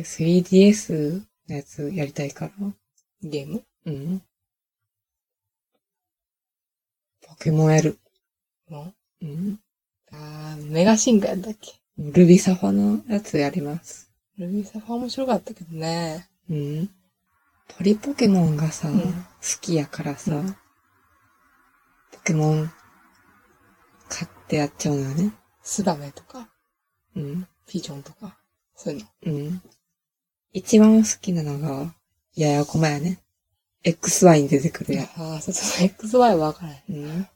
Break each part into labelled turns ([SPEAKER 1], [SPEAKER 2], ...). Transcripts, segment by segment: [SPEAKER 1] 3DS のやつやりたいから。ゲームうん。ポケモンやる。もううん。
[SPEAKER 2] あー、メガ進化やったっけ
[SPEAKER 1] ルビサファのやつやります。
[SPEAKER 2] ルビーサファー面白かったけどね。
[SPEAKER 1] うん。鳥ポケモンがさ、
[SPEAKER 2] うん
[SPEAKER 1] 好きやからさ、
[SPEAKER 2] うん
[SPEAKER 1] ポケモン買ってやっちゃうのよね。
[SPEAKER 2] スダメとか、
[SPEAKER 1] うん。
[SPEAKER 2] ピジョンとか、そういうの。
[SPEAKER 1] うん。一番好きなのが、ややこまやね。XY に出てくるや。
[SPEAKER 2] あー、そうそう、XY は分からない。
[SPEAKER 1] うん。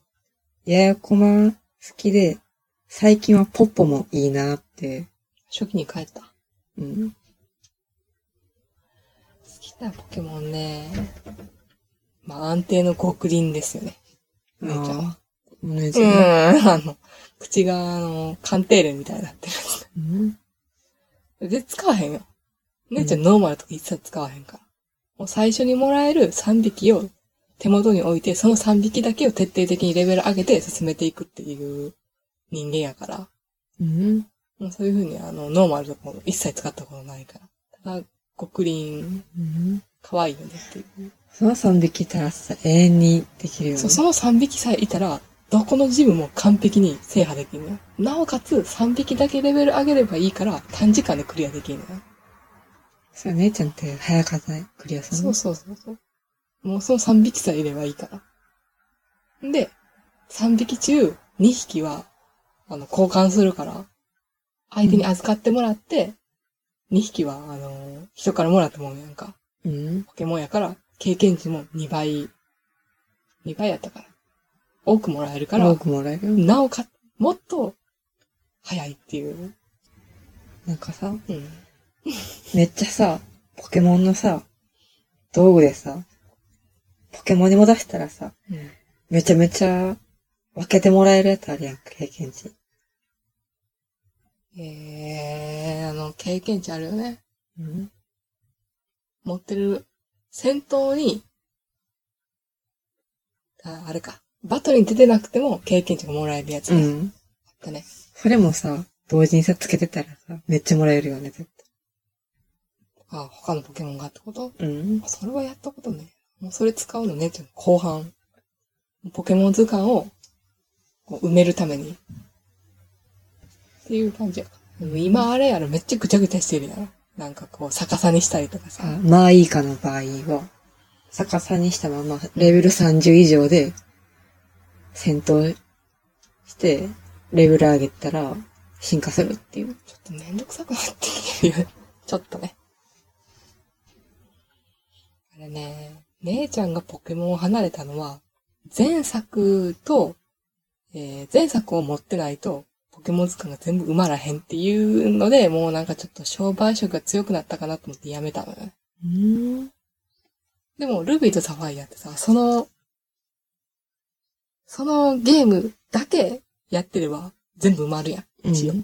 [SPEAKER 1] ややこま好きで、最近はポッポもいいなって。
[SPEAKER 2] 初期に帰った。好
[SPEAKER 1] うん。
[SPEAKER 2] きなポケモンね。まあ、安定の極輪ですよね。お姉ちゃんは。
[SPEAKER 1] あー。お姉
[SPEAKER 2] う
[SPEAKER 1] ち
[SPEAKER 2] ん、
[SPEAKER 1] ゃん。
[SPEAKER 2] あの、口が、あの、鑑定例みたいになってるやつ。
[SPEAKER 1] うん。
[SPEAKER 2] で、使わへんよ。姉ちゃんノーマルとか一切使わへんから。もう最初にもらえる3匹を手元に置いて、その3匹だけを徹底的にレベル上げて進めていくっていう人間やから。
[SPEAKER 1] うん。
[SPEAKER 2] もうそういうふうに、あの、ノーマルとかも一切使ったことないから。ただ、極輪、
[SPEAKER 1] うん。
[SPEAKER 2] 可愛いよねっていう。
[SPEAKER 1] その3匹いたらさ、永遠にできるよね。
[SPEAKER 2] そう、その3匹さえいたら、どこのジムも完璧に制覇できるのよ。なおかつ、3匹だけレベル上げればいいから、短時間でクリアできるのよ。
[SPEAKER 1] そう、姉ちゃんって早かったね、クリアする
[SPEAKER 2] そ
[SPEAKER 1] の
[SPEAKER 2] うそうそうそう。もうその3匹さえいればいいから。で、3匹中、2匹は、あの、交換するから、相手に預かってもらって、2匹は、あの、人からもらったもんやんか。
[SPEAKER 1] うん。
[SPEAKER 2] ポケモンやから、経験値も2倍、2倍やったから。多くもらえるから
[SPEAKER 1] 多、くもらえるよ。
[SPEAKER 2] なおか、もっと、早いっていう。
[SPEAKER 1] なんかさ、
[SPEAKER 2] うん。
[SPEAKER 1] めっちゃさ、ポケモンのさ、道具でさ、ポケモンにも出したらさ、
[SPEAKER 2] うん、
[SPEAKER 1] めちゃめちゃ分けてもらえるやつあるやん、経験値。
[SPEAKER 2] えー、あの、経験値あるよね。
[SPEAKER 1] うん。
[SPEAKER 2] 持ってる、戦闘に、あ、あれか。バトルに出てなくても経験値がもらえるやつ
[SPEAKER 1] う
[SPEAKER 2] ね
[SPEAKER 1] ん。
[SPEAKER 2] あったね。
[SPEAKER 1] それもさ、同時にさ、つけてたらさ、めっちゃもらえるよね、絶
[SPEAKER 2] あ、他のポケモンがってこと
[SPEAKER 1] 対。うん。
[SPEAKER 2] それはやったことね。もうそれ使うのね、ちょっと後半。ポケモン図鑑をこう埋めるために。っていう感じやからでも今あれやろ、めっちゃぐちゃぐちゃしてるやろ。なんかこう逆さにしたりとかさ。
[SPEAKER 1] あ、まあいいかの場合は、逆さにしたまま、レベル30以上で、戦闘して、レベル上げたら、進化するっていう。
[SPEAKER 2] ちょっとめんどくさくなってきてるよ。 ちょっとね。あれね、姉ちゃんがポケモンを離れたのは、前作と、えー前作を持ってないと、ポケモン図鑑が全部埋まらへんっていうので、もうなんかちょっと商売色が強くなったかなと思ってやめたのよね。
[SPEAKER 1] うん。
[SPEAKER 2] でも、ルビーとサファイアってさ、その、そのゲームだけやってれば全部埋まるやん。一応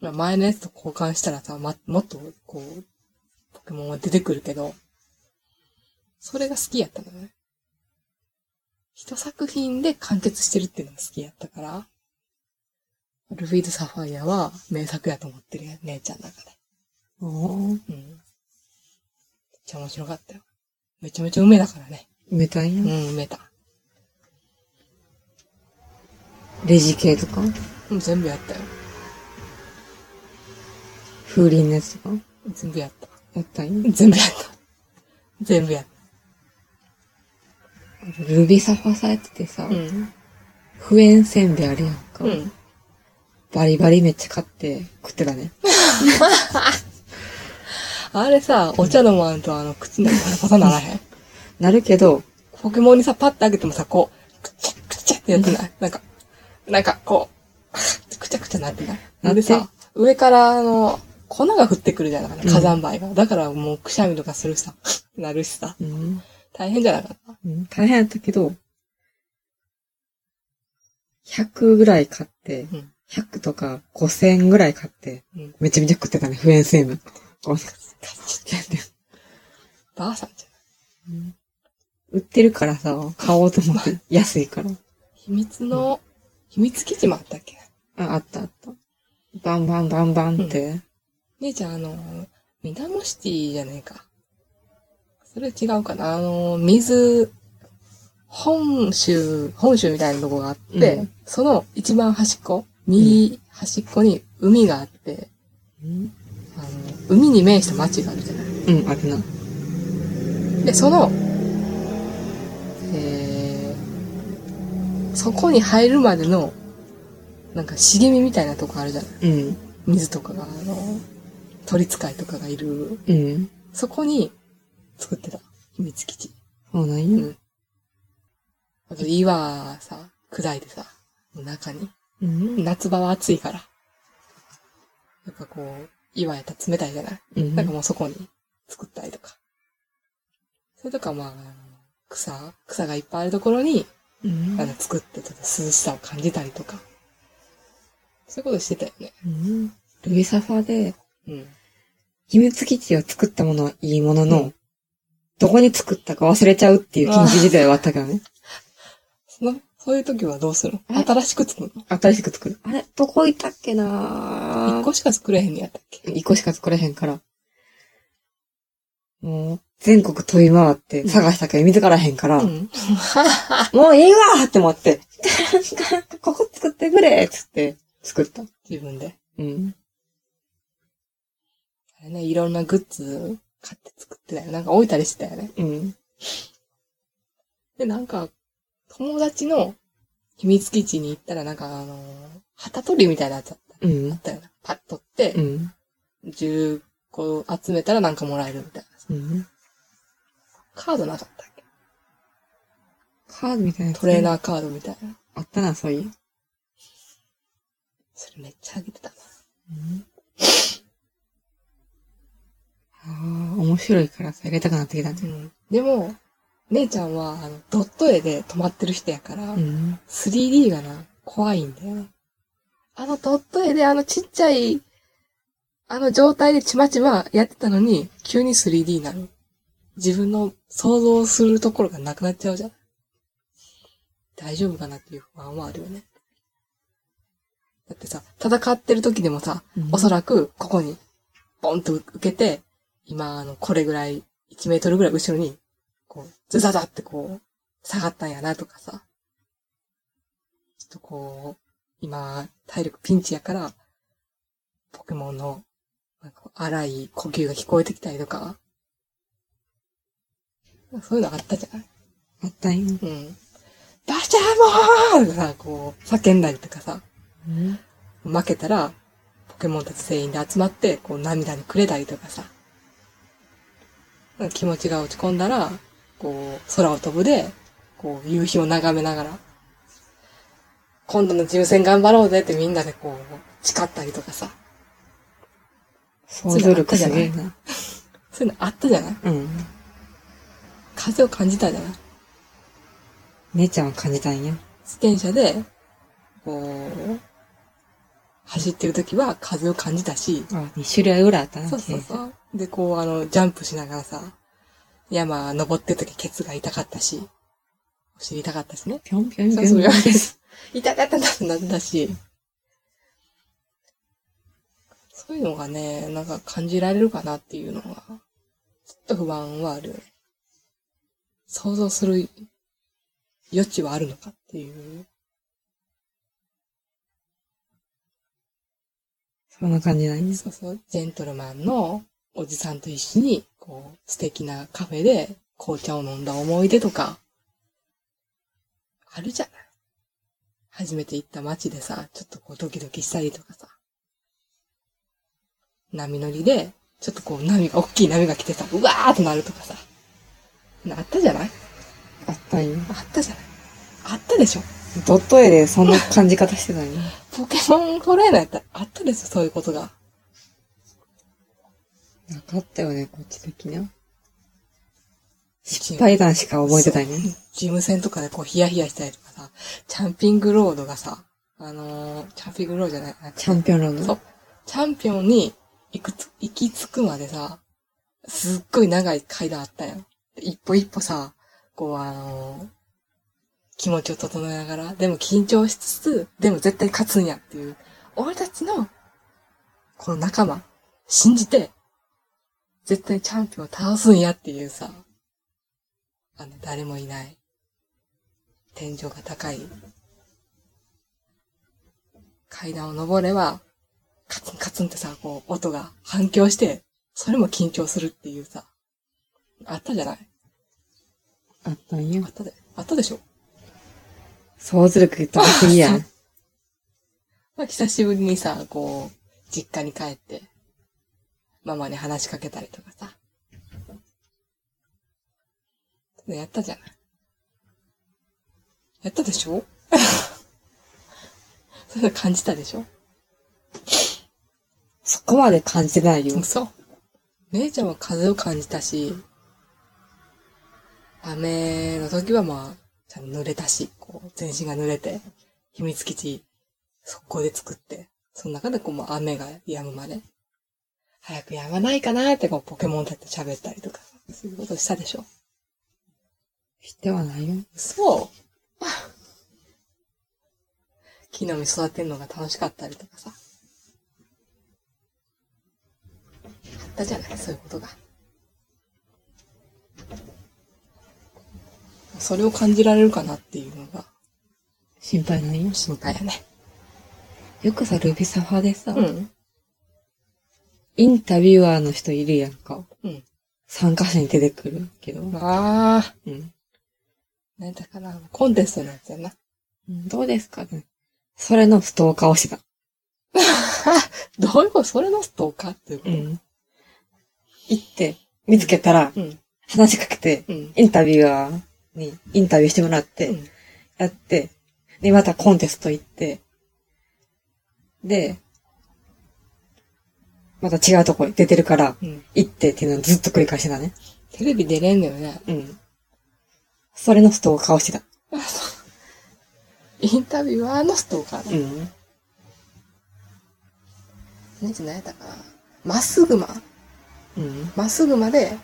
[SPEAKER 2] まあ、前のやつと交換したらさ、ま、もっと、こう、ポケモンは出てくるけど、それが好きやったのね。一作品で完結してるっていうのが好きやったから、ルフィとサファイアは名作やと思ってるやん姉ちゃんの中
[SPEAKER 1] おー
[SPEAKER 2] で。うん。めっちゃ面白かったよ。めちゃめちゃ梅だからね。
[SPEAKER 1] メタイ
[SPEAKER 2] う
[SPEAKER 1] ンや
[SPEAKER 2] ん、梅だ。
[SPEAKER 1] レジ系とか
[SPEAKER 2] うん、全部やったよ。
[SPEAKER 1] 風鈴のやつとか
[SPEAKER 2] 全部やった。
[SPEAKER 1] やったんや
[SPEAKER 2] 全部やった。全部やっ
[SPEAKER 1] ルビサファされててさ、
[SPEAKER 2] た。うん。
[SPEAKER 1] 不塩せんべいあるやんか、
[SPEAKER 2] うん。
[SPEAKER 1] バリバリめっちゃ買って食ってたね。
[SPEAKER 2] あれさ、お茶飲まんとあの、口の中パサならへん。
[SPEAKER 1] なるけど、
[SPEAKER 2] ポケモンにさ、パッて開けてもさ、こう、くちゃくちゃってやってない、なんか、なんか、こう、くちゃくちゃなってない
[SPEAKER 1] なって
[SPEAKER 2] でさ、上から、あの、粉が降ってくるじゃないかな、火山灰が。だからもうくしゃみとかするしさ、 なるしさ、
[SPEAKER 1] うん
[SPEAKER 2] 大変じゃなかった。
[SPEAKER 1] うん大変やったけど、100ぐらい買って、
[SPEAKER 2] うん
[SPEAKER 1] 100とか5000ぐらい買って、
[SPEAKER 2] うん
[SPEAKER 1] めちゃめちゃ食ってたね、不塩せんべい。こう
[SPEAKER 2] カチッ
[SPEAKER 1] やって
[SPEAKER 2] ばあさんじゃない
[SPEAKER 1] 売ってるからさ、買おうと思って、安いから。
[SPEAKER 2] 秘密の、秘密基地もあったっけ
[SPEAKER 1] あ、あったあった。バンバンバンバンって。
[SPEAKER 2] 姉ちゃん、あの、ミダモシティじゃねえか。それ違うかな。あの、水、本州、本州みたいなとこがあって、
[SPEAKER 1] うん
[SPEAKER 2] その一番端っこ、右端っこに海があって、
[SPEAKER 1] うん。
[SPEAKER 2] あの、海に面した町があるじゃない。
[SPEAKER 1] うん、あるな。
[SPEAKER 2] で、その、えー、そこに入るまでの、なんか茂みみたいなとこあるじゃない。
[SPEAKER 1] うん。
[SPEAKER 2] 水とかが、あの、鳥使いとかがいる。
[SPEAKER 1] うん。
[SPEAKER 2] そこに作ってた。秘密基地。
[SPEAKER 1] そうなんよ。
[SPEAKER 2] あと岩さ、砕いてさ、中に。
[SPEAKER 1] うん。
[SPEAKER 2] 夏場は暑いから。なんかこう、岩やったら冷たいじゃない。
[SPEAKER 1] うん。
[SPEAKER 2] なんかもうそこに作ったりとか。それとかまあ、草、草がいっぱいあるところに、
[SPEAKER 1] うん
[SPEAKER 2] あの、作ってちょっと涼しさを感じたりとか。そういうことしてたよね。
[SPEAKER 1] うん。ルビサファで、
[SPEAKER 2] うん。
[SPEAKER 1] 秘密基地を作ったものはいいものの、
[SPEAKER 2] うん
[SPEAKER 1] どこに作ったか忘れちゃうっていう緊急事態はあったからね。
[SPEAKER 2] その、そういう時はどうする
[SPEAKER 1] え
[SPEAKER 2] の新しく作るの
[SPEAKER 1] 新しく作る。あれどこいたっけな
[SPEAKER 2] 一個しか作れへんのやったっけ
[SPEAKER 1] 一個しか作れへんから。もう、全国飛び回って探したけど見つからへんから、
[SPEAKER 2] うん。
[SPEAKER 1] もういいわーって思って、 なんかここ作ってくれっつって作った。
[SPEAKER 2] 自分で。
[SPEAKER 1] うん。
[SPEAKER 2] あれね、いろんなグッズ買って作ってたよ。なんか置いたりしてたよね。
[SPEAKER 1] うん。
[SPEAKER 2] で、なんか、友達の秘密基地に行ったら、なんかあのー旗取りみたいなやつあった
[SPEAKER 1] うん。
[SPEAKER 2] よな。パッと取って
[SPEAKER 1] う、ん。
[SPEAKER 2] 10個集めたらなんかもらえるみたいな。
[SPEAKER 1] うん。
[SPEAKER 2] カードなかったっけ
[SPEAKER 1] カードみたいなやつ
[SPEAKER 2] トレーナーカードみたいな。
[SPEAKER 1] あったな、そういう。
[SPEAKER 2] それめっちゃあげてたな。
[SPEAKER 1] ああ、面白いからさ、やりたくなってきたん
[SPEAKER 2] う
[SPEAKER 1] じ
[SPEAKER 2] ん。でも、姉ちゃんは、あの、ドット絵で止まってる人やから、
[SPEAKER 1] ゃん。ん。
[SPEAKER 2] 3D がな、怖いんだよね。あのドット絵であのちっちゃい、あの状態でちまちまやってたのに、急に 3D になる。自分の想像するところがなくなっちゃうじゃん。大丈夫かなっていう不安はあるよね。だってさ、戦ってる時でもさ、おそ
[SPEAKER 1] ら
[SPEAKER 2] らくここに、ボンと受けて、今、あの、これぐらい、1メートルぐらい後ろに、こう、ズザザってこう、下がったんやなとかさ。ちょっとこう、今、体力ピンチやから、ポケモンの、なんか、荒い呼吸が聞こえてきたりとか、そういうのあったじゃない
[SPEAKER 1] あったんよ。
[SPEAKER 2] うん。バシャーモーンとかさ、こう、叫んだりとかさ、
[SPEAKER 1] うん。
[SPEAKER 2] 負けたら、ポケモンたち全員で集まって、こう涙にくれたりとかさ。なんか気持ちが落ち込んだら、こう、空を飛ぶで、こう、夕日を眺めながら、今度の抽選頑張ろうぜってみんなでこう、誓ったりとかさ。
[SPEAKER 1] 想像力すげえな。
[SPEAKER 2] そういうのあったじゃない
[SPEAKER 1] うん。
[SPEAKER 2] 風を感じたじゃない
[SPEAKER 1] 姉ちゃんは感じたんや。
[SPEAKER 2] 自転車で、こう、走ってる時は風を感じたし、
[SPEAKER 1] あ、2種類ぐらいあったな、
[SPEAKER 2] そうそうそう。で、こう、あの、ジャンプしながらさ、山登ってる時ケツが痛かったし、お尻痛かったしね。
[SPEAKER 1] ぴょんぴょんぴ
[SPEAKER 2] そ
[SPEAKER 1] ょ
[SPEAKER 2] うそ
[SPEAKER 1] ん
[SPEAKER 2] う、
[SPEAKER 1] ぴょん。
[SPEAKER 2] 痛かったなってなったし、そういうのがね、なんか感じられるかなっていうのが、ちょっと不安はあるよね。想像する余地はあるのかっていう。
[SPEAKER 1] そんな感じなんや。
[SPEAKER 2] そうそう、ジェントルマンのおじさんと一緒に、こう、素敵なカフェで紅茶を飲んだ思い出とか、あるじゃない。初めて行った街でさ、ちょっとこうドキドキしたりとかさ、波乗りで、ちょっとこう波が、大きい波が来てさ、うわーってなるとかさ、なあったじゃない
[SPEAKER 1] あったんよ。
[SPEAKER 2] あったじゃないあったでしょ
[SPEAKER 1] ドット絵でそんな感じ方してたんや。
[SPEAKER 2] ポケモントレーナーやったらあったでしょそういうことが。
[SPEAKER 1] なかったよね、こっち的には。失敗談しか覚えてないね。
[SPEAKER 2] ジム戦とかでこうヒヤヒヤしたりとかさ、チャンピングロードがさ、あのーチャンピングロードじゃない、なんか
[SPEAKER 1] チャンピオンラン
[SPEAKER 2] そ
[SPEAKER 1] ド
[SPEAKER 2] う。チャンピオンに行くつ、行き着くまでさ、すっごい長い階段あったよ。で一歩一歩さ、こうあのー気持ちを整えながら、でも緊張しつつ、でも絶対勝つんやっていう、俺たちの、この仲間、信じて、絶対チャンピオンを倒すんやっていうさ、あの、誰もいない、天井が高い、階段を登れば、カツンカツンってさ、こう、音が反響して、それも緊張するっていうさ、あったじゃない
[SPEAKER 1] あったんよ
[SPEAKER 2] あっ。たで、あったでしょ
[SPEAKER 1] 想像力高すぎやん。
[SPEAKER 2] まあ、久しぶりにさ、こう、実家に帰って、ママに話しかけたりとかさ。やったじゃない。やったでしょ それ感じたでしょ
[SPEAKER 1] そこまで感じてないよ。
[SPEAKER 2] そう。姉ちゃんは風を感じたし、雨の時はまあ、ちゃんと濡れたし、こう、全身が濡れて、秘密基地、速攻で作って、その中でこう、まあ、雨が止むまで、早く止まないかなって、こう、ポケモンだって喋ったりとか、そういうことしたでしょ。
[SPEAKER 1] してはないよ。
[SPEAKER 2] そう。 木の実育てるのが楽しかったりとかさ。あったじゃない、そういうことが。それを感じられるかなっていうのが
[SPEAKER 1] 心配ないよ。
[SPEAKER 2] 心配やね。
[SPEAKER 1] よくさ、ルビサファでさ、
[SPEAKER 2] ん。
[SPEAKER 1] インタビュアーの人いるやんか。
[SPEAKER 2] うん。
[SPEAKER 1] 参加者に出てくるけど。
[SPEAKER 2] まあ、
[SPEAKER 1] うん。
[SPEAKER 2] なんだかな、コンテストのやつやな。
[SPEAKER 1] どうですかね。それのストーカーをしてた。
[SPEAKER 2] どういうことそれのストーカーっていうこと
[SPEAKER 1] ん。行って、見つけたら、
[SPEAKER 2] うん。
[SPEAKER 1] 話しかけて、
[SPEAKER 2] うん。
[SPEAKER 1] インタビュアーにインタビューしてもらって、
[SPEAKER 2] うん
[SPEAKER 1] やって、で、またコンテスト行って、で、また違うとこ出てるから、
[SPEAKER 2] うん。
[SPEAKER 1] 行ってっていうのをずっと繰り返してたね。
[SPEAKER 2] テレビ出れんのよね。
[SPEAKER 1] うん。それのストーカーをしてた。
[SPEAKER 2] あそうインタビュアーのストーカーだ。
[SPEAKER 1] ん。
[SPEAKER 2] 何何やったかなまっすぐま。
[SPEAKER 1] うん。
[SPEAKER 2] まっすぐまで、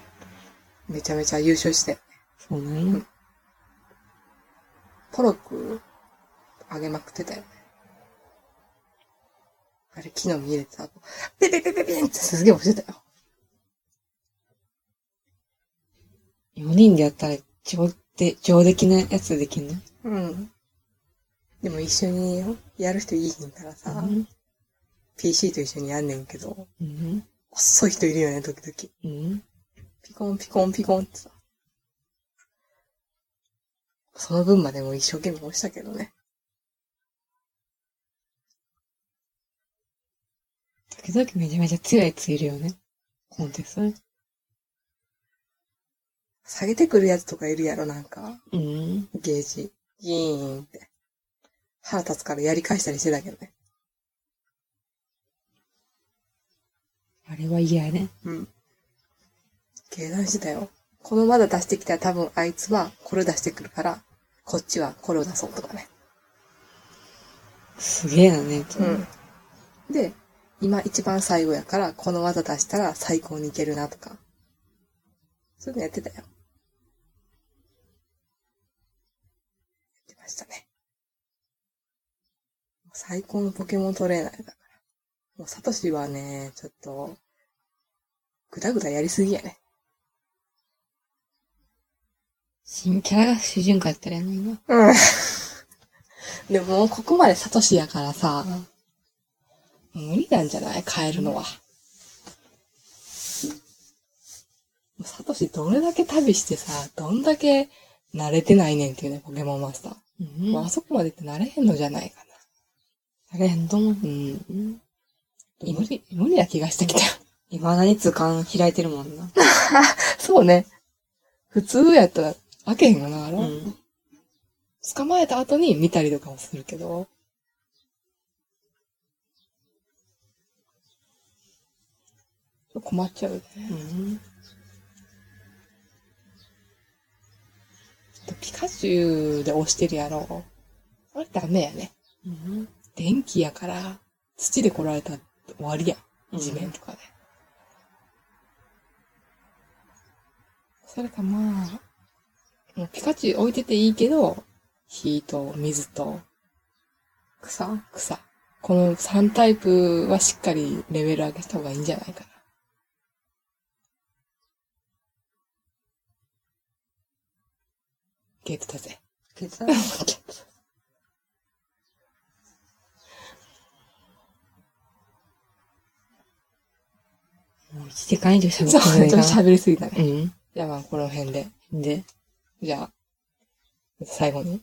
[SPEAKER 2] めちゃめちゃ優勝して、
[SPEAKER 1] そうなんや。
[SPEAKER 2] ポロク、あげまくってたよね。あれ、木の実入れてた。ピピピピピンってすげえ押してたよ。
[SPEAKER 1] 4人でやったら、上で、上出来なやつできんの
[SPEAKER 2] うん。でも一緒にやる人いいひんからさ、PC と一緒にやんねんけど、
[SPEAKER 1] うん。
[SPEAKER 2] 遅い人いるよね、時々。
[SPEAKER 1] うん。
[SPEAKER 2] ピコンピコンピコンってさ。その分までも一生懸命押したけどね。
[SPEAKER 1] 時々めちゃめちゃ強いやついるよね。コンテストね。
[SPEAKER 2] 下げてくるやつとかいるやろ、なんか。
[SPEAKER 1] うん。
[SPEAKER 2] ゲージ。ギーンって。腹立つからやり返したりしてたけどね。
[SPEAKER 1] あれは嫌やね。
[SPEAKER 2] うん。計算してたよ。このまだ出してきたら多分あいつはこれ出してくるから、こっちはこれを出そうとかね。
[SPEAKER 1] すげえな、姉ちゃん。
[SPEAKER 2] ん。で、今一番最後やから、この技出したら最高にいけるなとか。そういうのやってたよ。やってましたね。最高のポケモントレーナーだから。もうサトシはね、ちょっと、ぐだぐだやりすぎやね。
[SPEAKER 1] 新キャラが主人公やったらやないな。
[SPEAKER 2] うん。 でももうここまでサトシやからさ、無理なんじゃない変えるのは。サトシどれだけ旅してさ、どんだけ慣れてないねんっていうね、ポケモンマスター。
[SPEAKER 1] うん
[SPEAKER 2] もうあそこまでって慣れへんのじゃないか
[SPEAKER 1] あれ、どうも。
[SPEAKER 2] な。うん。
[SPEAKER 1] うん。
[SPEAKER 2] 無理、無理な気がしてきた。
[SPEAKER 1] いまだに図鑑開いてるもんな。
[SPEAKER 2] そうね。普通やったら開けへんよな、あれ。
[SPEAKER 1] うん。
[SPEAKER 2] 捕まえた後に見たりとかもするけど。困っちゃうよね。
[SPEAKER 1] うん。
[SPEAKER 2] あとピカチュウで押してるやろ。あれダメやね。
[SPEAKER 1] うん。
[SPEAKER 2] 電気やから、土で来られたら終わりや
[SPEAKER 1] うん
[SPEAKER 2] ん。地面とかね。それかまあ、もうピカチュウ置いてていいけど、火と水と
[SPEAKER 1] 草
[SPEAKER 2] 草。この3タイプはしっかりレベル上げた方がいいんじゃないかな。消えてたぜ。
[SPEAKER 1] 消えてたもう1時間以上喋
[SPEAKER 2] そう、
[SPEAKER 1] って
[SPEAKER 2] ちょ
[SPEAKER 1] ない
[SPEAKER 2] っと
[SPEAKER 1] な。
[SPEAKER 2] 喋りすぎたね。
[SPEAKER 1] うん。
[SPEAKER 2] じゃあまあ、この辺で。
[SPEAKER 1] で、
[SPEAKER 2] じゃあ、最後に。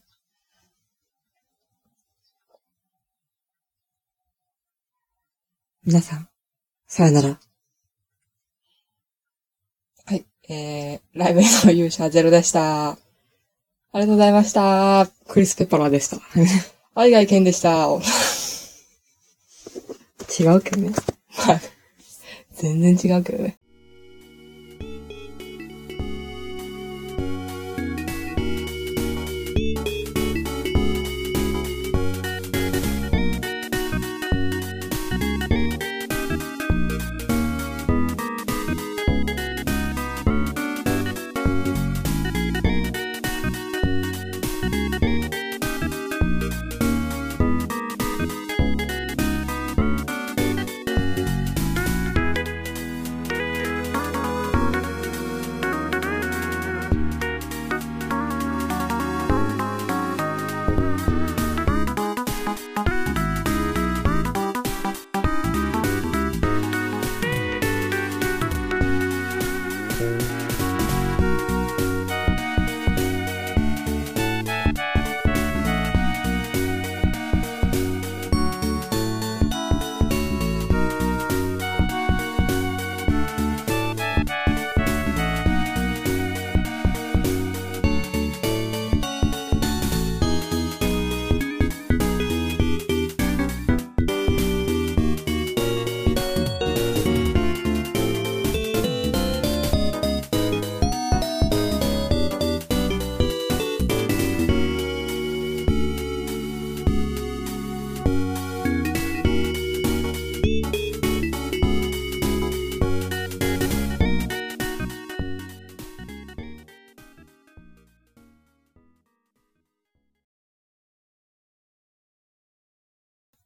[SPEAKER 1] 皆さん、さよなら。
[SPEAKER 2] はい。えー、ライブへの勇者ゼロでした。ありがとうございました。
[SPEAKER 1] クリス・ペパラーでした。
[SPEAKER 2] 愛外健でした。
[SPEAKER 1] 違うけどね。
[SPEAKER 2] 全然違うけどね。